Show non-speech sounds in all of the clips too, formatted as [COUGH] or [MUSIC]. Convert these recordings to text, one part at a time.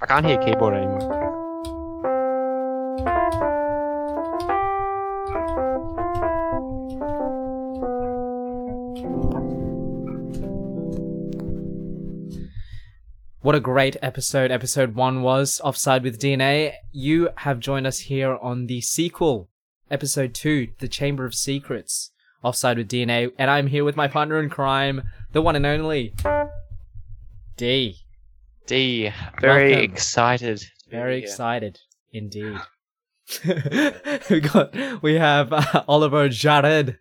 I can't hear keyboard anymore. What a great episode episode 1 was Offside with DNA. You have joined us here on the sequel, episode 2, The Chamber of Secrets, Offside with DNA, and I'm here with my partner in crime, the one and only D. D, very Welcome. excited. to be Very here. excited indeed. [LAUGHS] we got we have uh, Oliver Jared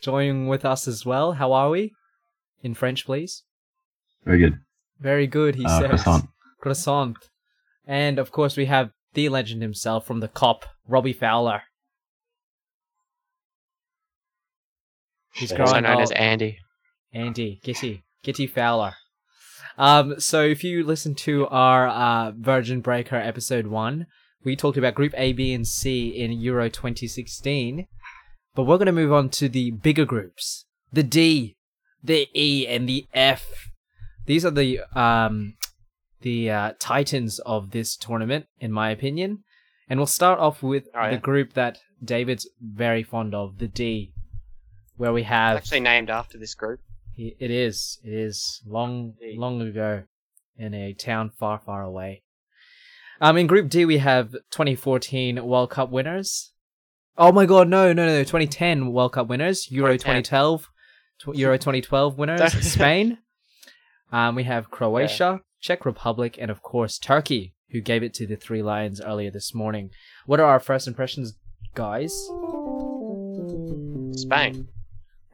joining with us as well. How are we? In French, please. Very good. Very good, he Uh, says. croissant. Croissant. And of course, we have the legend himself from the cop, Robbie Fowler. He's Also Also growing known old. as Andy. Andy, Gitty, Gitty Fowler. Um, so if you listen to our uh, Virgin Breaker episode one, we talked about Group A, B, and C in Euro 2016, but we're going to move on to the bigger groups: the D, the E, and the F. These are the um, the uh, titans of this tournament, in my opinion. And we'll start off with Oh, yeah. the group that David's very fond of, the D, where we It's have actually named after this group. he- It is. It is long, Indeed. long ago, in a town far, far away. Um, in Group D, we have 2014 World Cup winners. Oh my God! No, no, no! 2010 World Cup winners, Euro 2010. 2012, tw- Euro 2012 winners, Don't- Spain. Um, we have Croatia, Czech Republic, and of course Turkey, who gave it to the Three Lions earlier this morning. What are our first impressions, guys? Spain.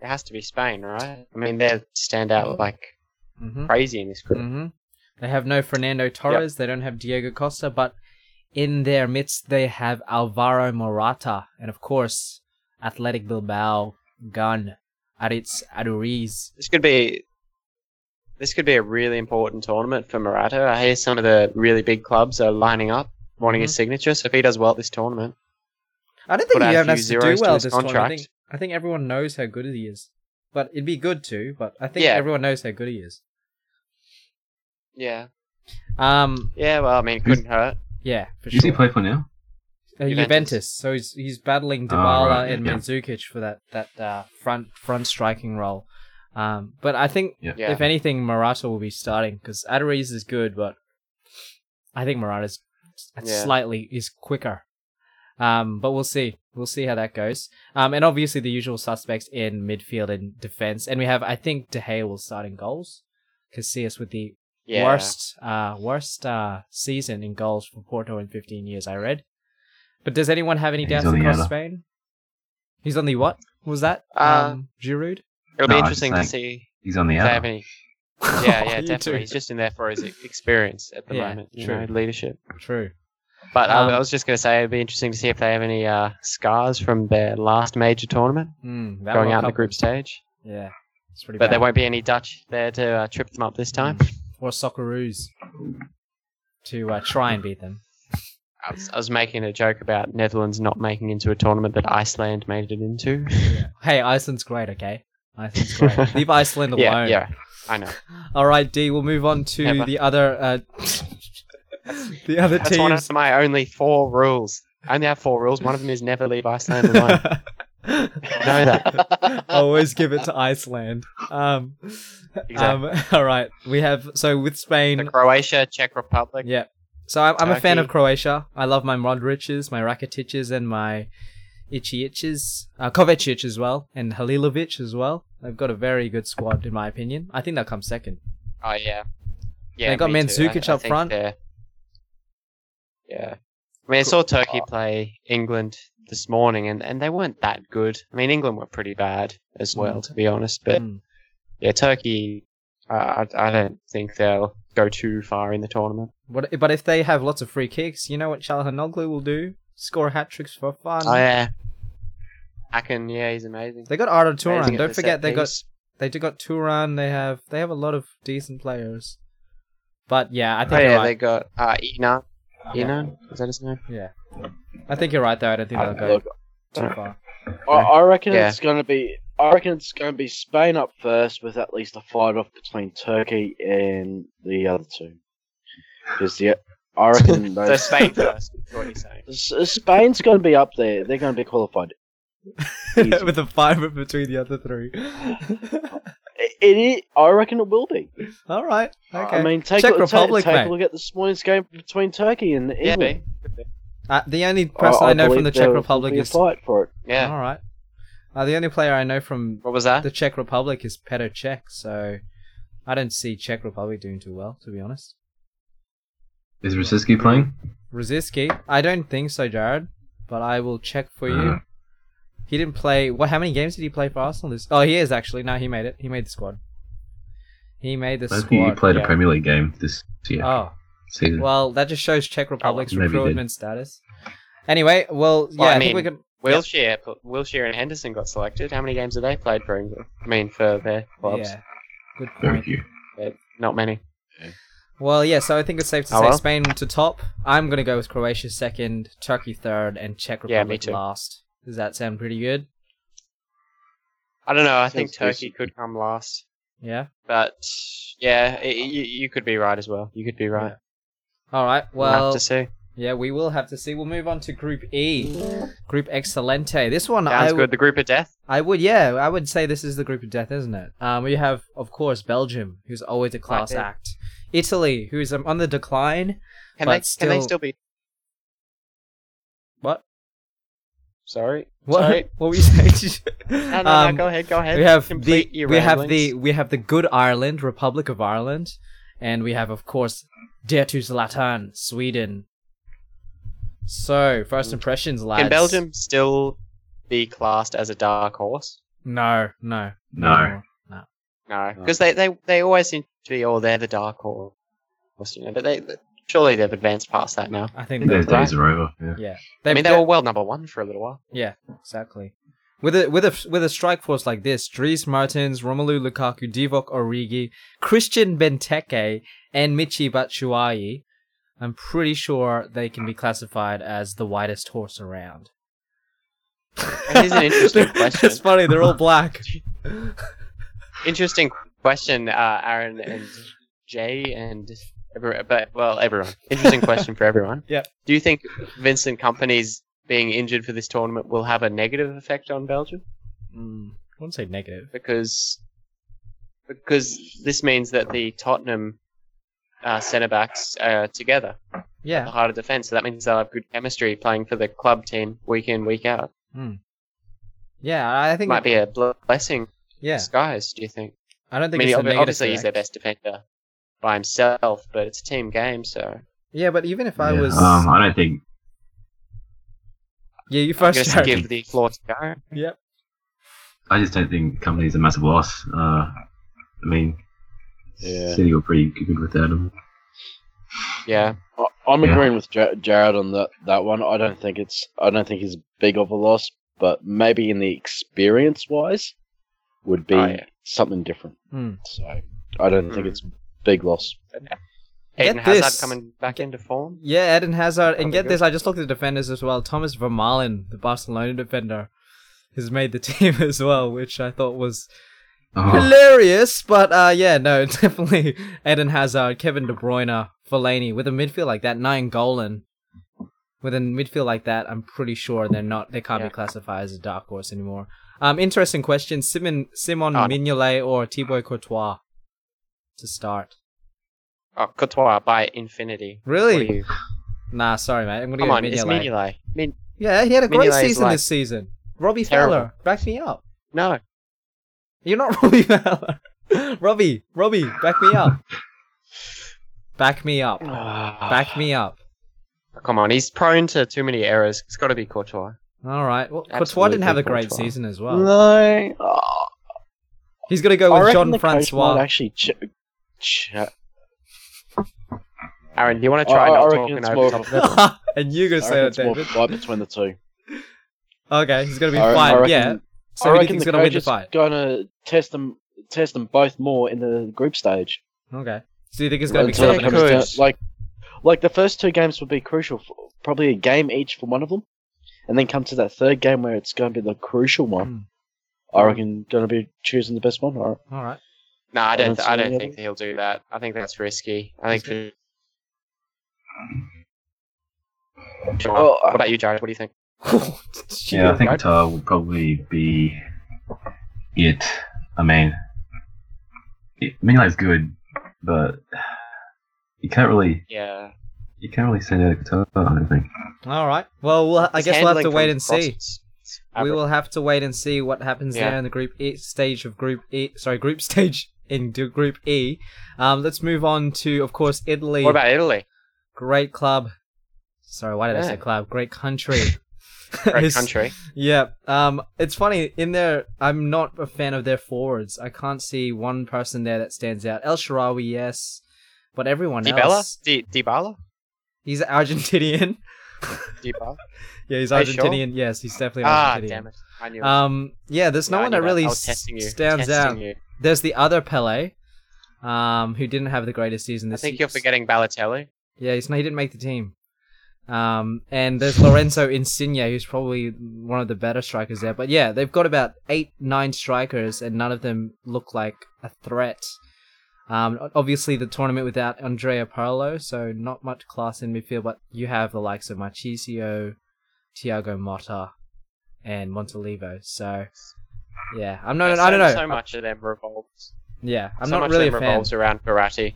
It has to be Spain, right? I mean, they stand out like Mm-hmm. crazy in this group. hmm They have no Fernando Torres. They don't have Diego Costa, but in their midst they have Alvaro Morata, and of course, Athletic Bilbao gun Aritz Aduriz. This could be. This could be a really important tournament for Morata. I hear some of the really big clubs are lining up, wanting his signature. So if he does well at this tournament, I don't think Put he out a few even has to do zeros to well his this contract. I contract. think, I think everyone knows how good he is, but it'd be good too. But I think Yeah. everyone knows how good he is. yeah, Um, yeah. Well, I mean, it Who's- couldn't hurt. yeah, for Who's sure. he play for now? Uh, Juventus. Juventus. So he's he's battling Oh, Dybala right, and yeah. Mandzukic for that that uh, front front striking role. Um, but I think Yeah. if anything, Morata will be starting because Aderiz is good, but I think Morata's Yeah. slightly is quicker. Um, but we'll see. We'll see how that goes. Um, and obviously the usual suspects in midfield and defense. And we have, I think, De Gea will start in goals. Casillas with the Yeah. worst uh worst uh season in goals for Porto in 15 years I read. But does anyone have any He's doubts on the across other. Spain? He's on the what? What was that? Uh, um Giroud? It'll be No, I just interesting to think- see He's on the if they have outer. any. Yeah, yeah, [LAUGHS] You definitely. He's two. just in there for his e- experience at the Yeah, moment. You true. know, leadership. True. But uh, Um, I was just going to say it'd be interesting to see if they have any uh, scars from their last major tournament Mm, that going World out in the Cup- group stage. Yeah. It's pretty But bad. there won't be any Dutch there to uh, trip them up this time. or Socceroos to uh, try and beat them. [LAUGHS] I was, I was making a joke about Netherlands not making into a tournament that Iceland made it into. Hey, Iceland's great, okay? Iceland's [LAUGHS] great. Leave Iceland alone. yeah, yeah, I [LAUGHS] know. All right, D, we'll move on to Never. the other uh, [LAUGHS] the other That's one teams of my only four rules. I only have four rules. One of them is never leave Iceland alone. [LAUGHS] [LAUGHS] know that. [LAUGHS] Always give it to Iceland. Um, um, [LAUGHS] all right, we have so with The Spain. Croatia, Czech Republic. Yeah, so I'm, I'm a fan of Turkey. Croatia. I love my Modric's, my Rakitiches, and my Ichiiches, uh, Kovacic as well, and Halilovic as well. They've got a very good squad, in my opinion. I think they'll come second. Oh yeah, yeah. They got me too. I- Mandzukic I up think front. they're- Yeah, I mean, I saw Turkey play England this morning, and, and they weren't that good. I mean, England were pretty bad as well, to be honest. But Mm. yeah, Turkey, uh, I, I don't think they'll go too far in the tournament. What, but if they have lots of free kicks, you know what Chalhanoglu will do? Score hat tricks for fun. Oh yeah, Akin, yeah, he's amazing. Um, They got Arda Amazing Turan. at Don't the forget set they got piece. they do got Turan. They have they have a lot of decent players. But yeah, I Oh think you're yeah, they right. got uh, Ina. Ina, is that his name? Yeah, I think you're right though. I don't think they'll go Look, too far. I, I reckon Yeah. it's going to be. I reckon it's going to be Spain up first, with at least a fight off between Turkey and the other two. Because the I [LAUGHS] reckon So those, Spain first. is what you're saying. S- Spain's going to be up there. They're going to [LAUGHS] be qualified. Easy. with a five between the other three. [LAUGHS] It, it, I reckon it will be. All right. Okay. I mean, take, Czech a, look- ta- Republic, take mate. a look at this morning's game between Turkey and Yeah, England. uh, the only person I, know from believe the Czech there will Republic be a is fight for it. yeah. All right. Uh, the only player I know from What was that? the Czech Republic is Petr Cech, so I don't see Czech Republic doing too well, to be honest. Is Rosiski playing? Rosiski, I don't think so, Jared, but I will check for you. Uh. He didn't play. What? How many games did he play for Arsenal? This? Oh, he is actually. No, he made it. He made the squad. He made the I don't think squad. he played yeah. a Premier League game this year. Oh, season. well, that just shows Oh, Czech Republic's maybe he did. recruitment status. Anyway, well, yeah, Well, I I, think mean- we can. Wilshire, Wilshire and Henderson got selected. How many games have they played for England? I mean, for their clubs? Yeah, good point. Very few. Not many. Well, yeah, so I think it's safe to Oh, say well. Spain to top. I'm going to go with Croatia second, Turkey third, and Czech Yeah, me Republic too. last. Does that sound pretty good? I don't know. I think Sounds Turkey decent. could come last, Yeah. but yeah, i you, you could be right as well. You could be right. All right. We'll Well, have to see. yeah, we will have to see. We'll move on to Group E, Group Excelente. This one, I Sounds would, good. The group of death. I would, yeah, I would say this is the group of death, isn't it? Um, we have, of course, Belgium, who's always a class Right. act. Italy, who is um, on the decline. Can But they? Can still- they still be? What? Sorry. What? [LAUGHS] Sorry. What were you saying? No, no, Um, no. Go ahead. Go ahead. we have the, Complete your we have the ramblings. we have the good Ireland, Republic of Ireland, and we have of course Dear to Zlatan, Sweden. So first impressions, lads. Can Mm. Belgium still be classed as a dark horse? No, no, No. No, No. because they, they they always seem to be oh they're the dark horse, you know. But they they- surely they've advanced past that now. I I think think those that, days are over. Yeah. yeah. I They've- mean they were world number one for a little while. Yeah, exactly. With a with a with a strike force like this, Dries Martins, Romelu Lukaku, Divock Origi, Christian Benteke, and Michi Batshuayi, I'm pretty sure they can be classified as the whitest horse around. That is an interesting question. [LAUGHS] it's funny. They're [LAUGHS] all black. Interesting question, uh, Aaron and Jay and everyone. But well, everyone. Interesting question for everyone. [LAUGHS] Yeah. Do you think Vincent Company's being injured for this tournament will have a negative effect on Belgium? Mm, I wouldn't say negative. because because this means that the Tottenham uh, centre backs are together, the Yeah. heart of defence. So that means they'll have good chemistry playing for the club team week in week out. Yeah, I It think. might be a bl- blessing yeah, disguise. Do you think? I don't I, think mean, it's a ob- negative. obviously he's their best effect. defender by himself, but it's a team game, so Yeah, but even if I Yeah, was, Um, I don't think. yeah, you I'm first. going to Jared. give the floor to Darren. Yep. I just don't think company's a massive loss. Uh, I mean, Yeah. City were pretty good without him. Yeah, I- I'm Yeah. agreeing with Jar- Jared on that that one. I don't think it's I don't think it's big of a loss, but maybe in the experience wise, would be Oh, yeah. something different. Hmm. So I don't think Hmm. it's big loss. Get Aiden Hazard this. coming back into form. Yeah, Eden Hazard, and Probably get good. this, I just looked at the defenders as well. Thomas Vermaelen, the Barcelona defender, has made the [LAUGHS] team as well, which I thought was Oh, hilarious. But uh, yeah, no, [LAUGHS] definitely Eden Hazard, Kevin De Bruyne, Fellaini with a midfield like that, nine Golan. With a midfield like that, I'm pretty sure they're not. They can't Yeah. be classified as a dark horse anymore. Um, interesting question: Simon Simon Oh, no. Mignolet or Thibaut Courtois to start? Oh, Courtois by infinity. Really? What do you- Nah, sorry, mate. I'm gonna Come go on, it's Mignolet. Mignolet. Min- Yeah, he had a great Mignolet is season like- this season. Robbie Terrible. Fowler, back me up. no, You're not Robbie Fowler. Robbie, Robbie, back me up. [LAUGHS] back me up. Back me up. Oh, Come on, he's prone to too many errors. It's got to be Courtois. All right. Well, Courtois Absolutely didn't have a great Courtois. season as well. No, oh, He's gonna I go with reckon John the coach Francois. [LAUGHS] might actually. Ch- ch- Aaron, do you want to I- try I not reckon talking it's over more- top of it? and you're I gonna reckon say that, it's more David. fight between [LAUGHS] the two. Okay, he's gonna be I- I fine. reckon- yeah. So who do you I reckon think's the gonna win coach the is fight? gonna test them test them both more in the group stage. Okay. So do you think it's gonna be Until it Yeah, Kevin? Courtois. comes could. down- like, like the first two games would be crucial, for, probably a game each for one of them, and then come to that third game where it's going to be the crucial one. I reckon going to be choosing the best one. All right. All right. [LAUGHS] No, I don't. Aaron's I doing don't it. think he'll do that. I think that's risky. I think Sure. Oh, I- what about you, Jared? What do you think? Shit, yeah, I think right? Qatar will probably be it. I mean, it, Minglei's good, but you can't really Yeah. you can't really send out Qatar. I don't think. All right. Well, we'll I His guess we'll have handling to wait from and cross see. is- is We average. will have to wait and see what happens Yeah. there in the group E stage of group E. Sorry, group [LAUGHS] stage in d- group E. Um, let's move on to, of course, Italy. What about Italy? great club? Sorry, why did I Yeah. say club? Great country. [LAUGHS] Great [LAUGHS] It's- country. Yeah. Um, it's funny in there. I'm not a fan of their forwards. I can't see one person there that stands out. El Sharawi, yes, but everyone else. Dybala? Di- Dybala? He's Argentinian. [LAUGHS] Dybala? yeah, he's Are you sure? Argentinian. Yes, he's definitely ah, Argentinian. damn it. I knew it. Um, yeah, there's no Yeah, I one knew that really I was s- testing you. stands testing out. You. There's the other Pele, um, who didn't have the greatest I season this think year. you're forgetting Balotelli. Yeah, he's, no, he didn't make the team. Um, and there's Lorenzo Insigne, who's probably one of the better strikers there. But yeah, they've got about eight, nine strikers, and none of them look like a threat. Um, o- obviously the tournament without Andrea Pirlo, so not much class in midfield, but you have the likes of Marchisio, Thiago Motta, and Montalivo. So, yeah, I'm not, I don't know. So, so much of them revolves. yeah, I'm so not much really of a them fan. revolves around Verratti.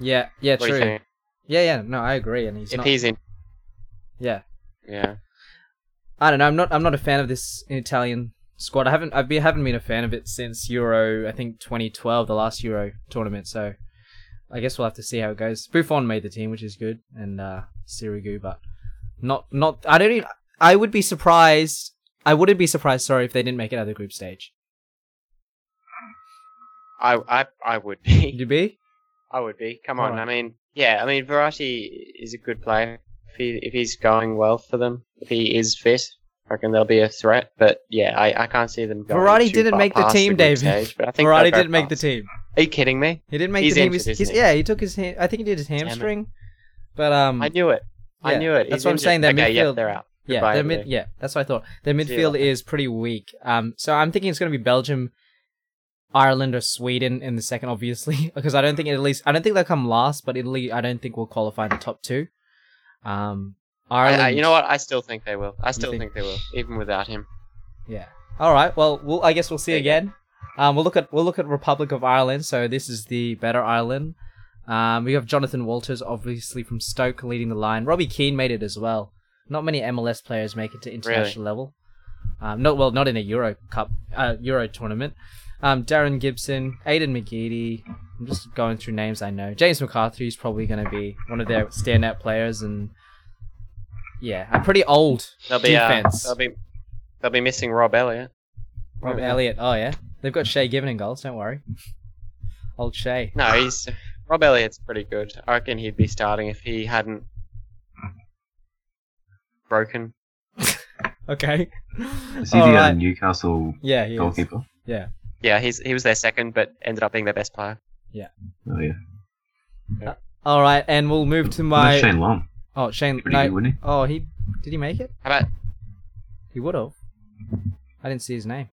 Yeah, yeah, What do true. you think? Yeah, yeah, no, I agree, and he's if not. he's in, Yeah, yeah. I don't know. I'm not. I'm not a fan of this Italian squad. I haven't. I've been, haven't been a fan of it since Euro. I think 2012, the last Euro tournament. So, I guess we'll have to see how it goes. Buffon made the team, which is good, and uh, Sirigu, but not. Not. I don't. Even, I would be surprised. I wouldn't be surprised. Sorry, if they didn't make it out of the group stage. I, I, I would be. You'd be. I would be. Come on. Alright. I mean, yeah. I mean, Verratti is a good player. If he if he's going well for them, if he is fit, I reckon they'll be a threat. But yeah, I, I can't see them. going Verratti too didn't far make the past team, group David. Stage, but I think they'll Ferrari go didn't make the past. team. Are you kidding me? He didn't make He's the team. injured, He's, isn't he's- he? yeah, he took his. hand- I think he did his it. hamstring. But um, I knew it. I yeah, knew it. that's He's what I'm injured. saying, their okay, yeah, midfield- they're out. Yeah, Goodbye, their mid- Italy. yeah, that's what I thought. Their See you midfield later. is pretty weak. Um, so I'm thinking it's going to be Belgium, Ireland, or Sweden in the second, obviously, [LAUGHS] because I don't think at least I don't think they'll come last, but Italy I don't think will qualify in the top two. Um, I, Ireland, I, you know what? I still think they will. I still think- think... they will, even without him. yeah. All right, well, we'll I guess we'll see There you go. again. Um, we'll look at we'll look at Republic of Ireland. So this is the better Ireland. Um, we have Jonathan Walters, obviously from Stoke, leading the line. Robbie Keane made it as well. Not many MLS players make it to international level. Um, not well, not in a Euro Cup, uh, Euro tournament. Um, Darren Gibson, Aidan McGeady. I'm just going through names I know. James McCarthy is probably going to be one of their standout players, and yeah, a pretty old They'll be. Uh, defense. they'll be. They'll be missing Rob Elliott. Rob Yeah. Elliott. Oh yeah, they've got Shea Given in goals. Don't [LAUGHS] worry, old Shea. No, he's Rob Elliott's pretty good. I reckon he'd be starting if he hadn't broken. Okay. Is he All the uh, right. Newcastle Yeah, he is. goalkeeper? Yeah, he's he was their second, but ended up being their best player. Oh yeah, All right, and we'll move to That's my. Shane Long. Oh Shane. Pretty good, No. wouldn't he? Oh he did he make it? How about? He would have. I didn't see his name.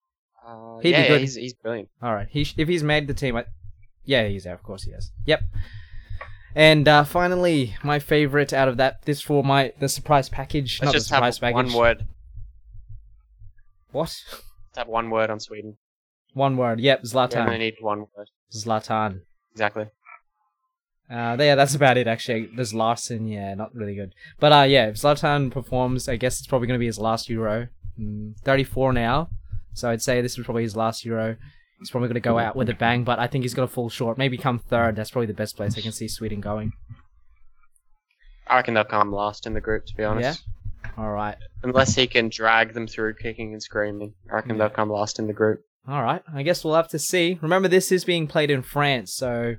Uh, He'd be yeah, yeah, good. he's he's brilliant. All right. He sh- if he's made the team, I- yeah, he's there. Of course, he is. Yep. And uh, finally, my favorite out of that this for my the surprise package. Let's not just the surprise have one package. word. What? Let's have one word on Sweden. One word. Yep. We only Zlatan. need one word Zlatan. exactly. Uh, yeah, that's about it actually. There's Larson, yeah, not really good. But uh, yeah, if Zlatan performs, I guess it's probably going to be his last Euro. Mm, 34 now, so I'd say this is probably his last Euro. He's probably going to go out with a bang, but I think he's going to fall short. Maybe come third. That's probably the best place I can see Sweden going. I reckon they'll come last in the group, to be honest. All right, Unless he can drag them through kicking and screaming, I reckon they'll come last in the group. all right. I guess we'll have to see. Remember, this is being played in France, so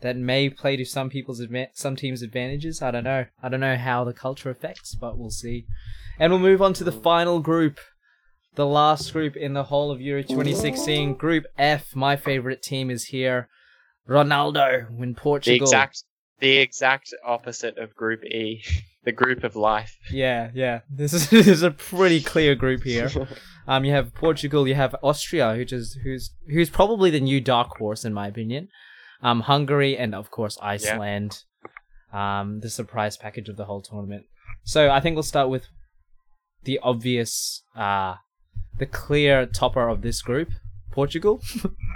that may play to some people's advan- some teams' advantages. I don't know. I don't know how the culture affects, but we'll see. And we'll move on to the final group, the last group in the whole of Euro 2016, Group F. My favorite team is here, Ronaldo in The Portugal. exact, the exact opposite of Group E, [LAUGHS] the group of life. Yeah, yeah. This is, [LAUGHS] this is a pretty clear group here. Um, you have Portugal, you have Austria, who just who's who's probably the new dark horse in my opinion. Um, Hungary and of course Iceland. um, the surprise package of the whole tournament. So I think we'll start with the obvious, uh, the clear topper of this group, Portugal.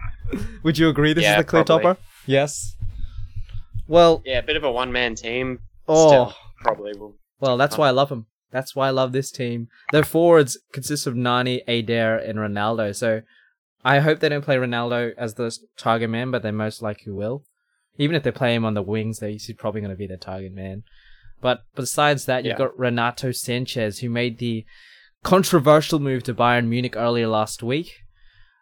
[LAUGHS] Would you agree this Yeah, is the clear probably. topper? Yes. Well, Yeah, a bit of a one man team. oh, Still, probably will. well, that's why I love them. That's why I love this team. Their forwards consist of Nani, Adair, and Ronaldo. So I hope they don't play Ronaldo as the s- target man, but they most likely will. Even if they play him on the wings, they he's probably going to be their target man. But besides that, you've Yeah. got Renato Sanchez, who made the controversial move to Bayern Munich earlier last week.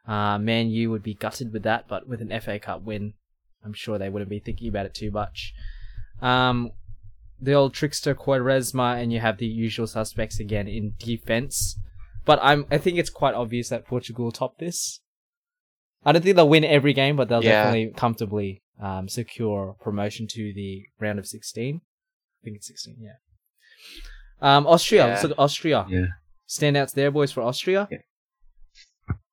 Uh, man, you would be gutted with that, but with an FA Cup win, I'm sure they wouldn't be thinking about it too much. Um, the old trickster Quaresma, and you have the usual suspects again in defense. But I'm I think it's quite obvious that Portugal will top this. I don't think they'll win every game, but they'll Yeah. definitely comfortably um, secure promotion to the round of 16. I think it's 16, yeah. Um, Austria, let's Yeah. look at Austria. Yeah. Standouts there, boys, for Austria.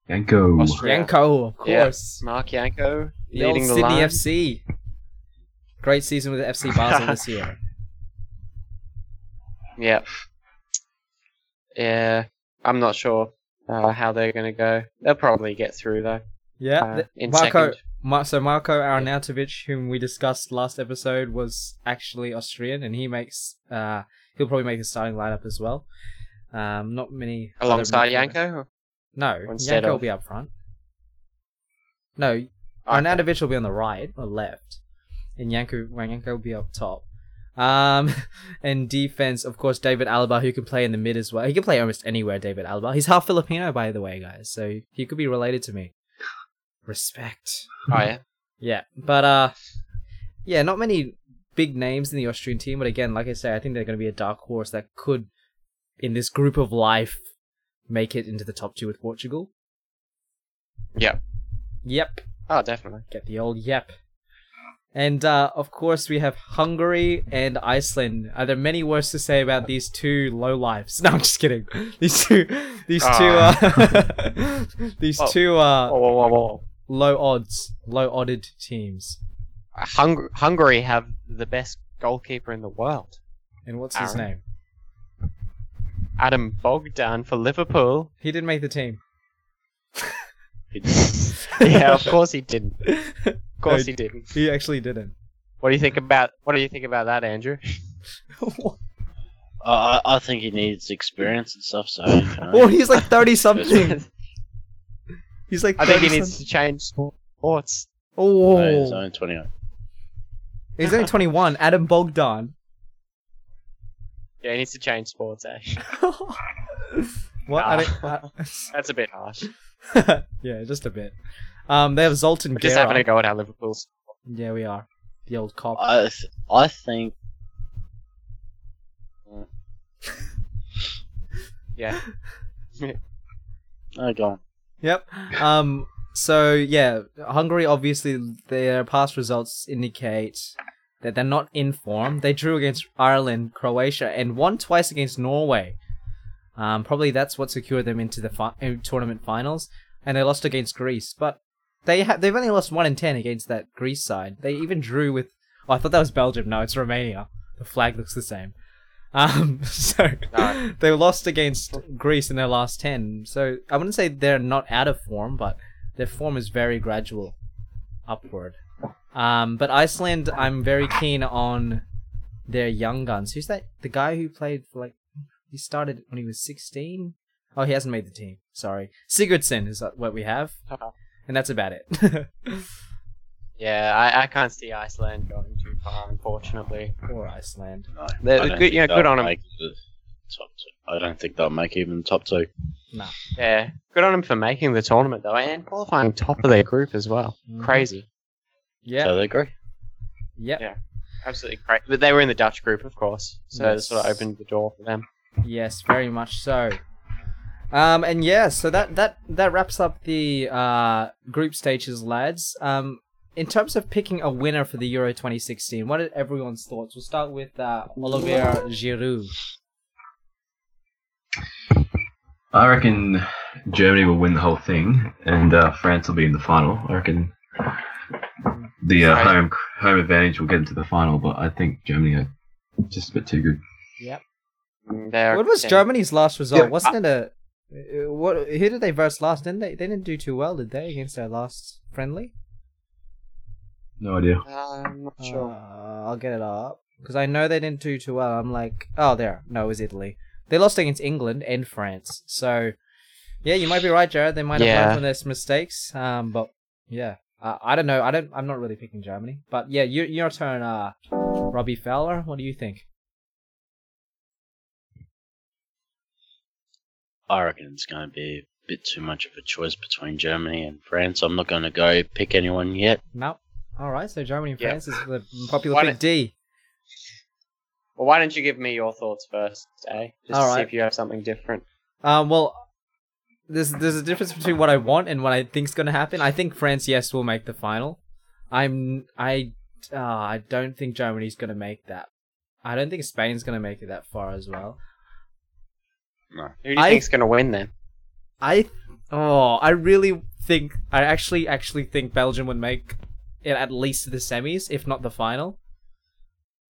Yanko. Austria. Yeah. Yanko, of Yeah. course. Mark Yanko The old leading the Sydney line. FC. Great season with FC Basel [LAUGHS] this year. Yeah. Yeah. I'm not sure uh, how they're going to go. They'll probably get through, though. Yeah. uh, th- in Marco, second. Mar- so Marco Arnautovic, whom we discussed last episode, was actually Austrian, and he makes uh he'll probably make the starting lineup as well. Um, not many other Alongside midfielders. Yanko? No, Instead Yanko will of- be up front. No, Okay. Arnautovic will be on the right or left, and Yanko Yanko will be up top. Um, [LAUGHS] and defense, of course, David Alaba, who can play in the mid as well. He can play almost anywhere. David Alaba, he's half Filipino, by the way, guys, so he could be related to me. Respect. Oh, yeah. Yeah, but uh, yeah, not many big names in the Austrian team. But again, like I say, I think they're going to be a dark horse that could, in this group of life, make it into the top two with Portugal. Yep. Yep, Oh, definitely. get the old yep. And uh, of course, we have Hungary and Iceland. Are there many words to say about these two low lives? [LAUGHS] No, I'm just kidding. These two, these two, uh, [LAUGHS] these Oh. two uh, whoa, whoa, whoa. low odds, low odded teams. Uh, Hung- Hungary have the best goalkeeper in the world. And what's his Aaron. name? Adam Bogdan for Liverpool. He didn't make the team. [LAUGHS] yeah, of course he didn't. Of course No. he didn't. He [LAUGHS] actually didn't. What do you think about what do you think about that, Andrew? Oh, I, I I think he needs experience and stuff. [LAUGHS] So you know. well, he's like [LAUGHS] thirty something. I He's like. think he 30 needs some- to change sports. No, he's Oh, only 28. he's only twenty one. Adam [LAUGHS] Bogdan. Yeah, he needs to change sports. eh? Actually, what? Ah. [LAUGHS] I Nah. don't- that's a bit harsh. [LAUGHS] yeah, just a bit. Um, they have Zoltan We're just having a Uh, Gera. go at our Liverpool's. Yeah, we are. The old cop. I th- I think Yeah, oh go on. Yep. Um. So yeah, Hungary obviously their past results indicate that they're not in form. They drew against Ireland, Croatia, and won twice against Norway. Um. Probably that's what secured them into the fi- uh, tournament finals, and they lost against Greece. But they ha- they've only lost one in ten against that Greece side. They even drew with. Oh, I thought that was Belgium. No, it's Romania. The flag looks the same. Um, [LAUGHS] so No. they lost against Greece in their last ten. So I wouldn't say they're not out of form, but their form is very gradual upward. Um, but Iceland, I'm very keen on their young guns. Who's that? The guy who played for like he started when he was 16. Oh, he hasn't made the team. Sorry, Sigurdsson is what we have, Uh-huh. and that's about it. [LAUGHS] yeah. I, I can't see Iceland going too far, unfortunately. or Iceland. No, They're- I they're don't good- yeah, think good they'll on 'em. make the Top two. I don't think they'll make even top two. Yeah, good on them for making the tournament though, and qualifying top of their group as well. Mhm. Crazy, Yeah. So they agree. yep. absolutely crazy. But they were in the Dutch group, of course, so Yes. this sort of opened the door for them. Yes, very much so. Um, and yeah, so that that that wraps up the uh, group stages, lads. Um, in terms of picking a winner for the Euro 2016, what are everyone's thoughts? We'll start with uh, Oliver Giroud. I reckon Germany will win the whole thing, and uh, France will be in the final. I reckon the uh, Right. home home advantage will get into the final, but I think Germany are just a bit too good. They're What was getting- Germany's last result? Yeah, Wasn't it a uh, what? Who did they verse last? Didn't they? They didn't do too well, did they? Against their last friendly. No idea. Uh, I'm not sure. Uh, I'll get it up because I know they didn't do too well. I'm like, oh, there. No, it was Italy. They lost against England and France. So, yeah, you might be right, Jared. They might have Yeah. learned from their s- mistakes. Um, but yeah, uh, I don't know. I don't. I'm not really picking Germany. But yeah, you, your turn, uh, Robbie Fowler. What do you think? I reckon it's going to be a bit too much of a choice between Germany and France. I'm not going to go pick anyone yet. No. All right. So Germany and Yeah. France is the popular Why pick D. Well, why don't you give me your thoughts first, eh? Just to see Alright. if you have something different. Um, well, there's there's a difference between what I want and what I think's gonna happen. I think France, yes, will make the final. I'm I uh, I don't think Germany's gonna make that. I don't think Spain's gonna make it that far as well. Who do you I- think's going to win then? I oh I really think I actually actually think Belgium would make it at least to the semis, if not the final.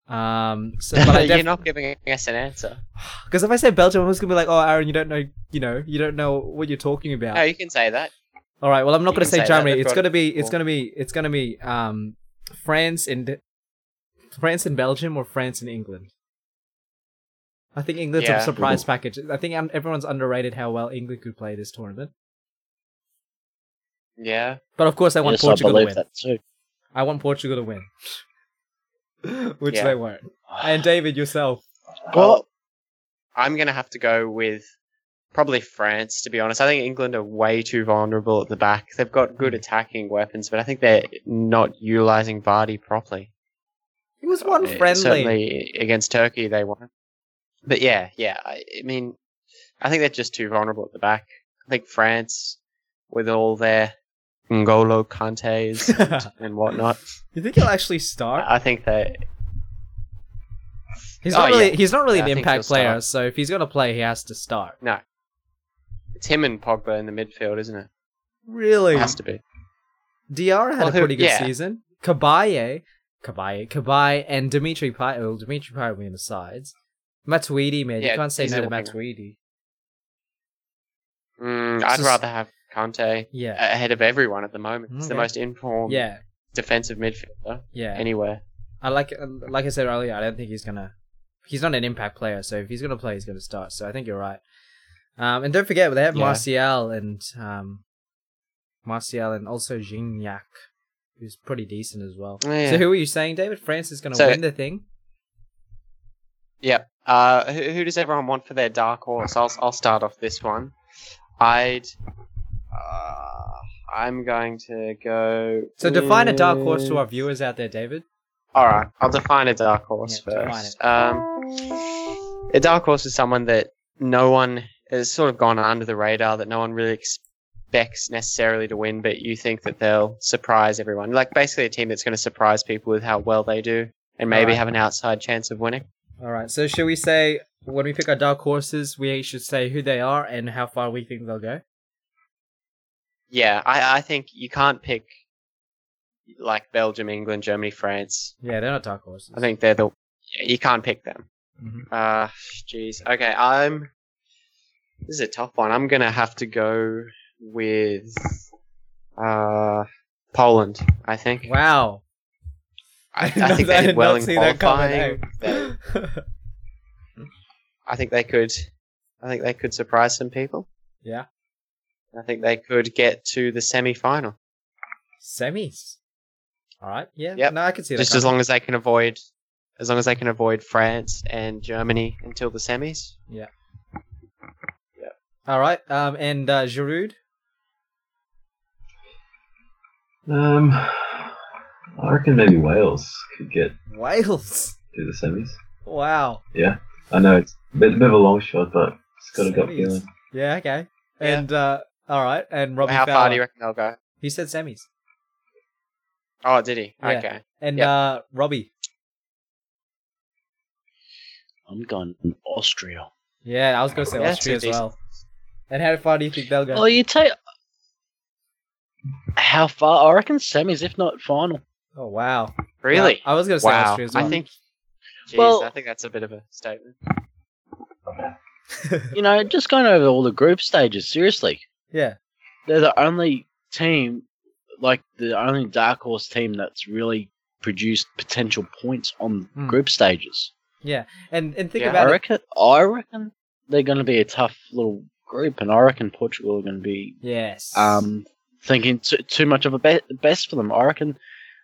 Um, so [LAUGHS] but I You're def- not giving us an answer. because if I say Belgium, I was gonna be like, oh, Aaron, you don't know, you know, you don't know what you're talking about. No, Oh, you can say that. All right. Well, I'm not You going can to say, say that, Germany. they've It's got going it to be. It's before. going to be. It's going to be um, France and France and Belgium or France and England. I think England's Yeah. a surprise package. I think um, everyone's underrated how well England could play this tournament. Yeah. But of course, I want yes, I Portugal to believe win. that too. I want Portugal to win, [LAUGHS] which Yeah. they won't. And uh, David, yourself. Well, I'm going to have to go with probably France, to be honest. I think England are way too vulnerable at the back. They've got Hmm. good attacking weapons, but I think they're not utilizing Vardy properly. It was one Uh, friendly. Certainly against Turkey, they won. But yeah, yeah. I, I mean, I think they're just too vulnerable at the back. I think France, with all their Ngolo Kantes [LAUGHS] and, and whatnot, You think he'll actually start? I think they. He's oh, not really. yeah. He's not really Yeah, I an think impact he'll start. player. So if he's going to play, he has to start. It's him and Pogba in the midfield, isn't it? Really. It has to be. Diarra had Well, a who- pretty good yeah. season. Kabaye, Kabaye, Kabaye, and Dimitri Payet. Well, Dimitri Payet were in the sides. Matuidi, man, you Yeah, can't say he's no a to winger. Matuidi. Mm, It's I'd just- rather have Kante Yeah, ahead of everyone at the moment. He's the Okay. most informed yeah, defensive midfielder yeah. anywhere. I like, um, like I said earlier, I don't think he's gonna. He's not an impact player, so if he's gonna play, he's gonna start. So I think you're right. Um, and don't forget, they have Yeah. Martial and um, Martial and also Gignac, who's pretty decent as well. Yeah. So who are you saying, David? France is gonna So- win the thing. Uh, who, who does everyone want for their dark horse? I'll, I'll start off this one. I'd. Uh, I'm going to go. So define a dark horse to with- our viewers out there, David. All right, I'll define a dark horse Yeah, define first. Um, a dark horse is someone that no one has sort of gone under the radar, that no one really expects necessarily to win, but you think that they'll surprise everyone. Like basically a team that's going to surprise people with how well they do, and maybe Alright. have an outside chance of winning. All right. So should we say when we pick our dark horses, we should say who they are and how far we think they'll go? Yeah, I, I think you can't pick like Belgium, England, Germany, France. Yeah, they're not dark horses. I think they're the you can't pick them. Mhm. Uh, jeez. Okay, I'm. This is a tough one. I'm gonna have to go with, uh, Poland. I think. Wow. [LAUGHS] I, I think they did well in qualifying. eh? They- I think they could. I think they could surprise some people. [LAUGHS] Yeah. I think they could get to the semi-final. Semis. All right. Yeah. Yep. No, I can see that. Just as long as they can avoid, as long as they can avoid France and Germany until the semis. All right. Um, and uh, Giroud. Um, I reckon maybe Wales could get Wales. [LAUGHS] to the semis. Wow. I know it's a bit, bit of a long shot, but it's got a gut Semis. feeling. Yeah. Okay. Yeah. And uh, all right. And Robbie How Fowler. far do you reckon they'll go? He said semis. Oh, did he? Yeah. Okay. And Yeah. uh, Robbie. I'm going Austria. Yeah, I was gonna say Yeah, Austria as two well. And how far do you think they'll go? Oh, you take how far? I reckon semis, if not final. Oh wow. Really? I was gonna say wow. Austria as well. I think. Jeez, Well- I think that's a bit of a statement. You know, just going over all the group stages, seriously. Yeah. They're the Only team, like the only dark horse team that's really produced potential points on Hmm. group stages. And and think Yeah. about I it. reckon. I reckon they're going to be a tough little group, and I reckon Portugal are going to be Yes. um, thinking too, too much of a be- best for them. I reckon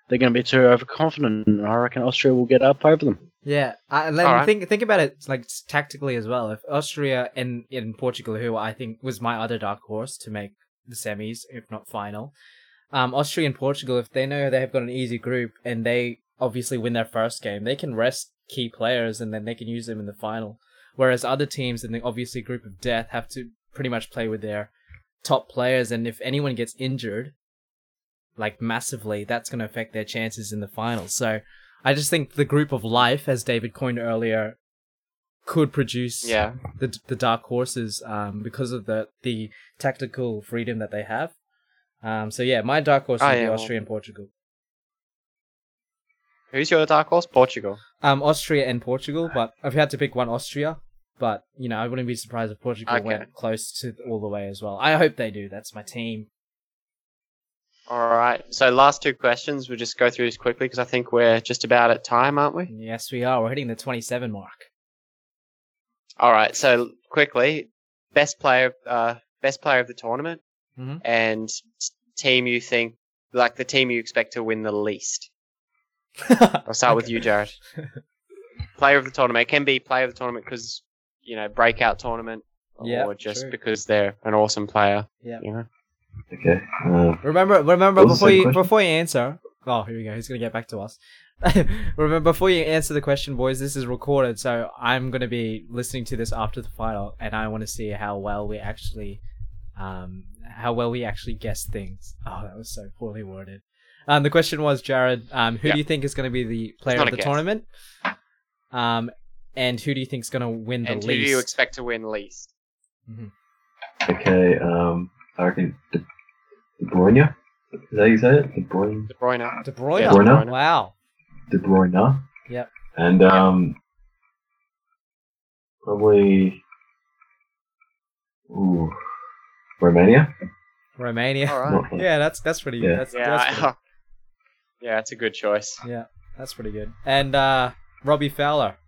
they're going to be too overconfident, and I reckon Austria will get up over them. Yeah, I, and then Alright. think think about it like s- tactically as well. If Austria and in Portugal, who I think was my other dark horse to make the semis, if not final, um, Austria and Portugal, if they know they have got an easy group and they obviously win their first game, they can rest key players and then they can use them in the final. Whereas other teams in the obviously group of death have to pretty much play with their top players, and if anyone gets injured, like massively, that's going to affect their chances in the final. So. I just think the group of life, as David coined earlier, could produce Yeah. the the dark horses um, because of the the tactical freedom that they have. Um, so yeah, my dark horse Oh, would be yeah, well- Austria and Portugal. Who's your dark horse? Portugal. Um, Austria and Portugal, but I've had to pick one Austria. But you know, I wouldn't be surprised if Portugal Okay. went close to all the way as well. I hope they do. That's my team. All right. So last two questions. We'll just go through this quickly because I think we're just about at time, aren't we? Yes, we are. We're hitting the twenty-seven mark. All right. So quickly, best player, uh, best player of the tournament, Mhm. and t- team you think like the team you expect to win the least. I'll start with Okay. you, [LAUGHS] Jared. player of the tournament it can be player of the tournament because you know breakout tournament, Yeah, or just true. because they're an awesome player. Yeah. You know? Okay. Uh, [LAUGHS] Remember, remember What was before the you question? before you answer. Oh, here we go. He's gonna get back to us. [LAUGHS] remember before you answer the question, boys. This is recorded, so I'm gonna be listening to this after the final, and I want to see how well we actually, um, how well we actually guess things. Oh, that was so poorly worded. Um, the question was, Jared, um, who Yeah. do you think is gonna be the player not of a the guess. tournament? Um, and who do you think is gonna win the And who do least? you expect to win least? okay. Um, I reckon De, De Bruyne. Is that how you say it? De Bruyne. De Bruyne. De Bruyne. Yeah, De Bruyne. Wow. De Bruyne. Yep. And um, probably. Ooh, Romania. Romania. All right. [LAUGHS] Not- Yeah, that's that's pretty. Yeah. [LAUGHS] That's, Yeah. that's pretty I- [LAUGHS] yeah. It's a good choice. That's pretty good. And uh, Robbie Fowler.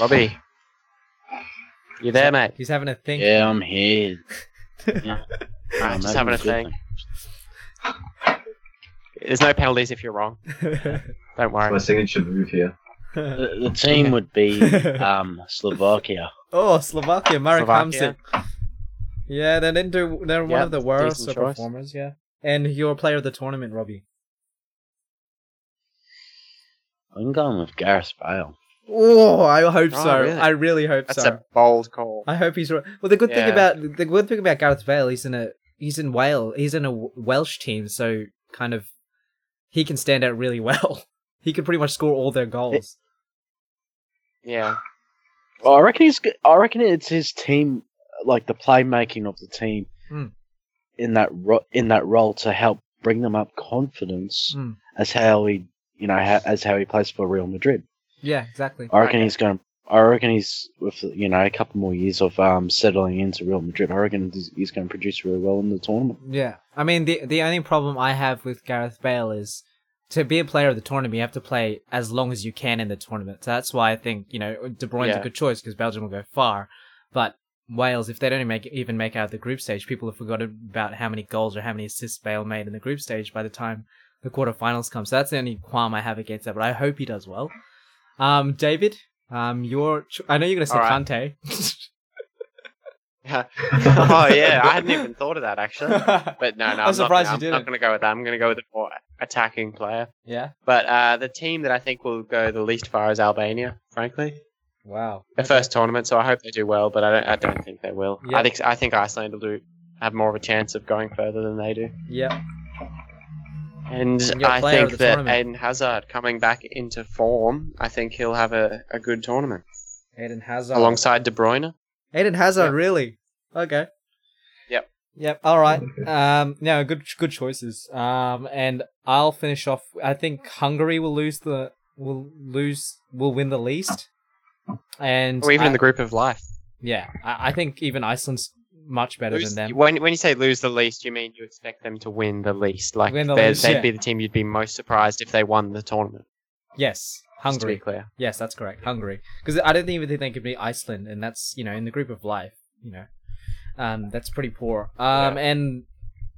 Robbie, you there, mate? He's having a think. Yeah, I'm here. I'm [LAUGHS] just having a good thing. There's no penalties if you're wrong. Don't My worry. signature move here. The, the team would [LAUGHS] be um, Slovakia. [LAUGHS] oh, Slovakia, Marek Slovakia. Hamsik. Yeah, they're into, they're one Yeah, of the worst decent choice. performers. Yeah. And you're a player of the tournament, Robbie. I'm going with Gareth Bale. Oh, I hope Oh, so. really? I really hope That's so. a bold call. I hope he's right. Well, the good thing Yeah. about the good thing about Gareth Bale, he's in a he's in Wales, he's in a W- Welsh team, so kind of he can stand out really [LAUGHS] well. He could pretty much score all their goals. Yeah. I reckon he's. go- I reckon it's his team, like the playmaking of the team, Hmm. in that ro- in that role to help bring them up confidence Hmm. as how he, you know, ha- as how he plays for Real Madrid. Yeah, exactly. I reckon Okay. he's going. I reckon he's with you know a couple more years of um settling into Real Madrid. I reckon he's, he's going to produce really well in the tournament. Yeah, I mean the the only problem I have with Gareth Bale is to be a player of the tournament, you have to play as long as you can in the tournament. So that's why I think you know De Bruyne's a Yeah. good choice because Belgium will go far, but Wales, if they don't make even make out the group stage, people have forgotten about how many goals or how many assists Bale made in the group stage by the time the quarterfinals come. So that's the only qualm I have against that. But I hope he does well. Um, David, um, your ch- I know you're gonna say All right. Kante. [LAUGHS] oh yeah, I hadn't even thought of that actually. [LAUGHS] But no, no, I'm, I'm surprised not, you I'm not didn't. going to go with that. I'm going to go with the more attacking player. yeah. But uh, the team that I think will go the least far is Albania. Frankly, Wow. their first tournament, so I hope they do well. But I don't. I don't think they will. Yeah. I think. I think Iceland will do have more of a chance of going further than they do. Yep. And Your I player of think the that tournament. Aiden Hazard coming back into form, I think he'll have a, a good tournament Aiden Hazard. alongside De Bruyne. Aiden Hazard, Yeah. really? Okay. Yep. Yep. All right. Um. No. Good. Good choices. Um. And I'll finish off. I think Hungary will lose the. Will lose. Will win the least. And Or even I- in the group of life. yeah, I, I think even Iceland's much better Lose- than them. When when you say lose the least, you mean you expect them to win the least. Like Win the they're- least, they'd yeah. be the team you'd be most surprised if they won the tournament. Yes. just to be Hungary. clear. Yes, that's correct. Hungary. Because I don't even think they could beat Iceland, and that's you know in the group of life, you know, um, that's pretty poor. Um, and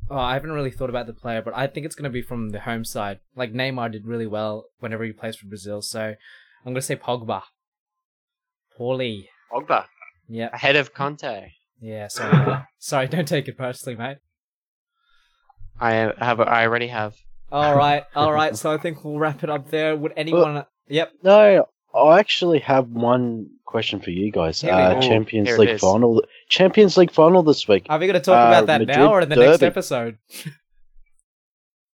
oh, I haven't really thought about the player, but I think it's going to be from the home side. Like Neymar did really well whenever he plays for Brazil, so I'm going to say Pogba. Poorly. Ogba Yeah, ahead of Conte. yeah. Sorry, mate. [LAUGHS] sorry. Don't take it personally, mate. I have. I already have. All right, all right. So I think we'll wrap it up there. Would anyone? Yep. No, I actually have one question for you guys. Here we go. Uh, Champions Here it League is. final. Champions League final this week. Are we going to talk Uh, about that now Madrid or in the next derby. episode?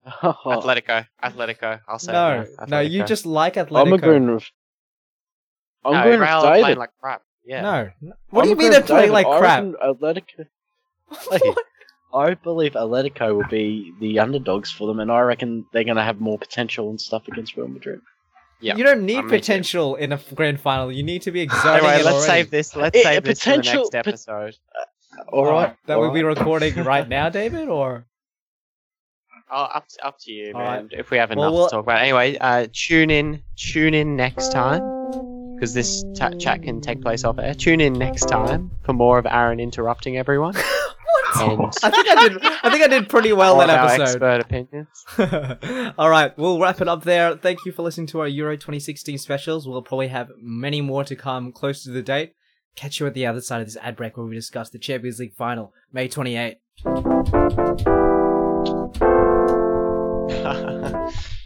Uh, [LAUGHS] Atletico. Atletico. I'll say. no, it now. no. You Atletico. just like Atletico. I'm agreeing with. I'm no, going Real with are David. playing like crap. Yeah. No. n- What do I'm you mean agreeing they're with playing David. like I crap? reckon [LAUGHS] Atletico. I believe Atletico will be the underdogs for them, and I reckon they're going to have more potential and stuff against Real Madrid. Yeah, you don't need I'm with you. potential in a f- grand final. You need to [LAUGHS] be exerting Anyway, it let's already. save this. Let's Eh, save this for the potential- next pot- episode. All right, That all we'll be right. [LAUGHS] recording right now, David, or Oh, up up to you, All man. If we have Well, enough we'll- to talk about. Anyway, uh, tune in, tune in next time because this ta chat can take place off air. Tune in next time for more of Aaron interrupting everyone [LAUGHS] and I think I did. I think I did pretty well all of that our episode. expert opinions. [LAUGHS] All right, we'll wrap it up there. Thank you for listening to our Euro 2016 specials. We'll probably have many more to come close to the date. Catch you at the other side of this ad break where we discuss the Champions League final, May 28. All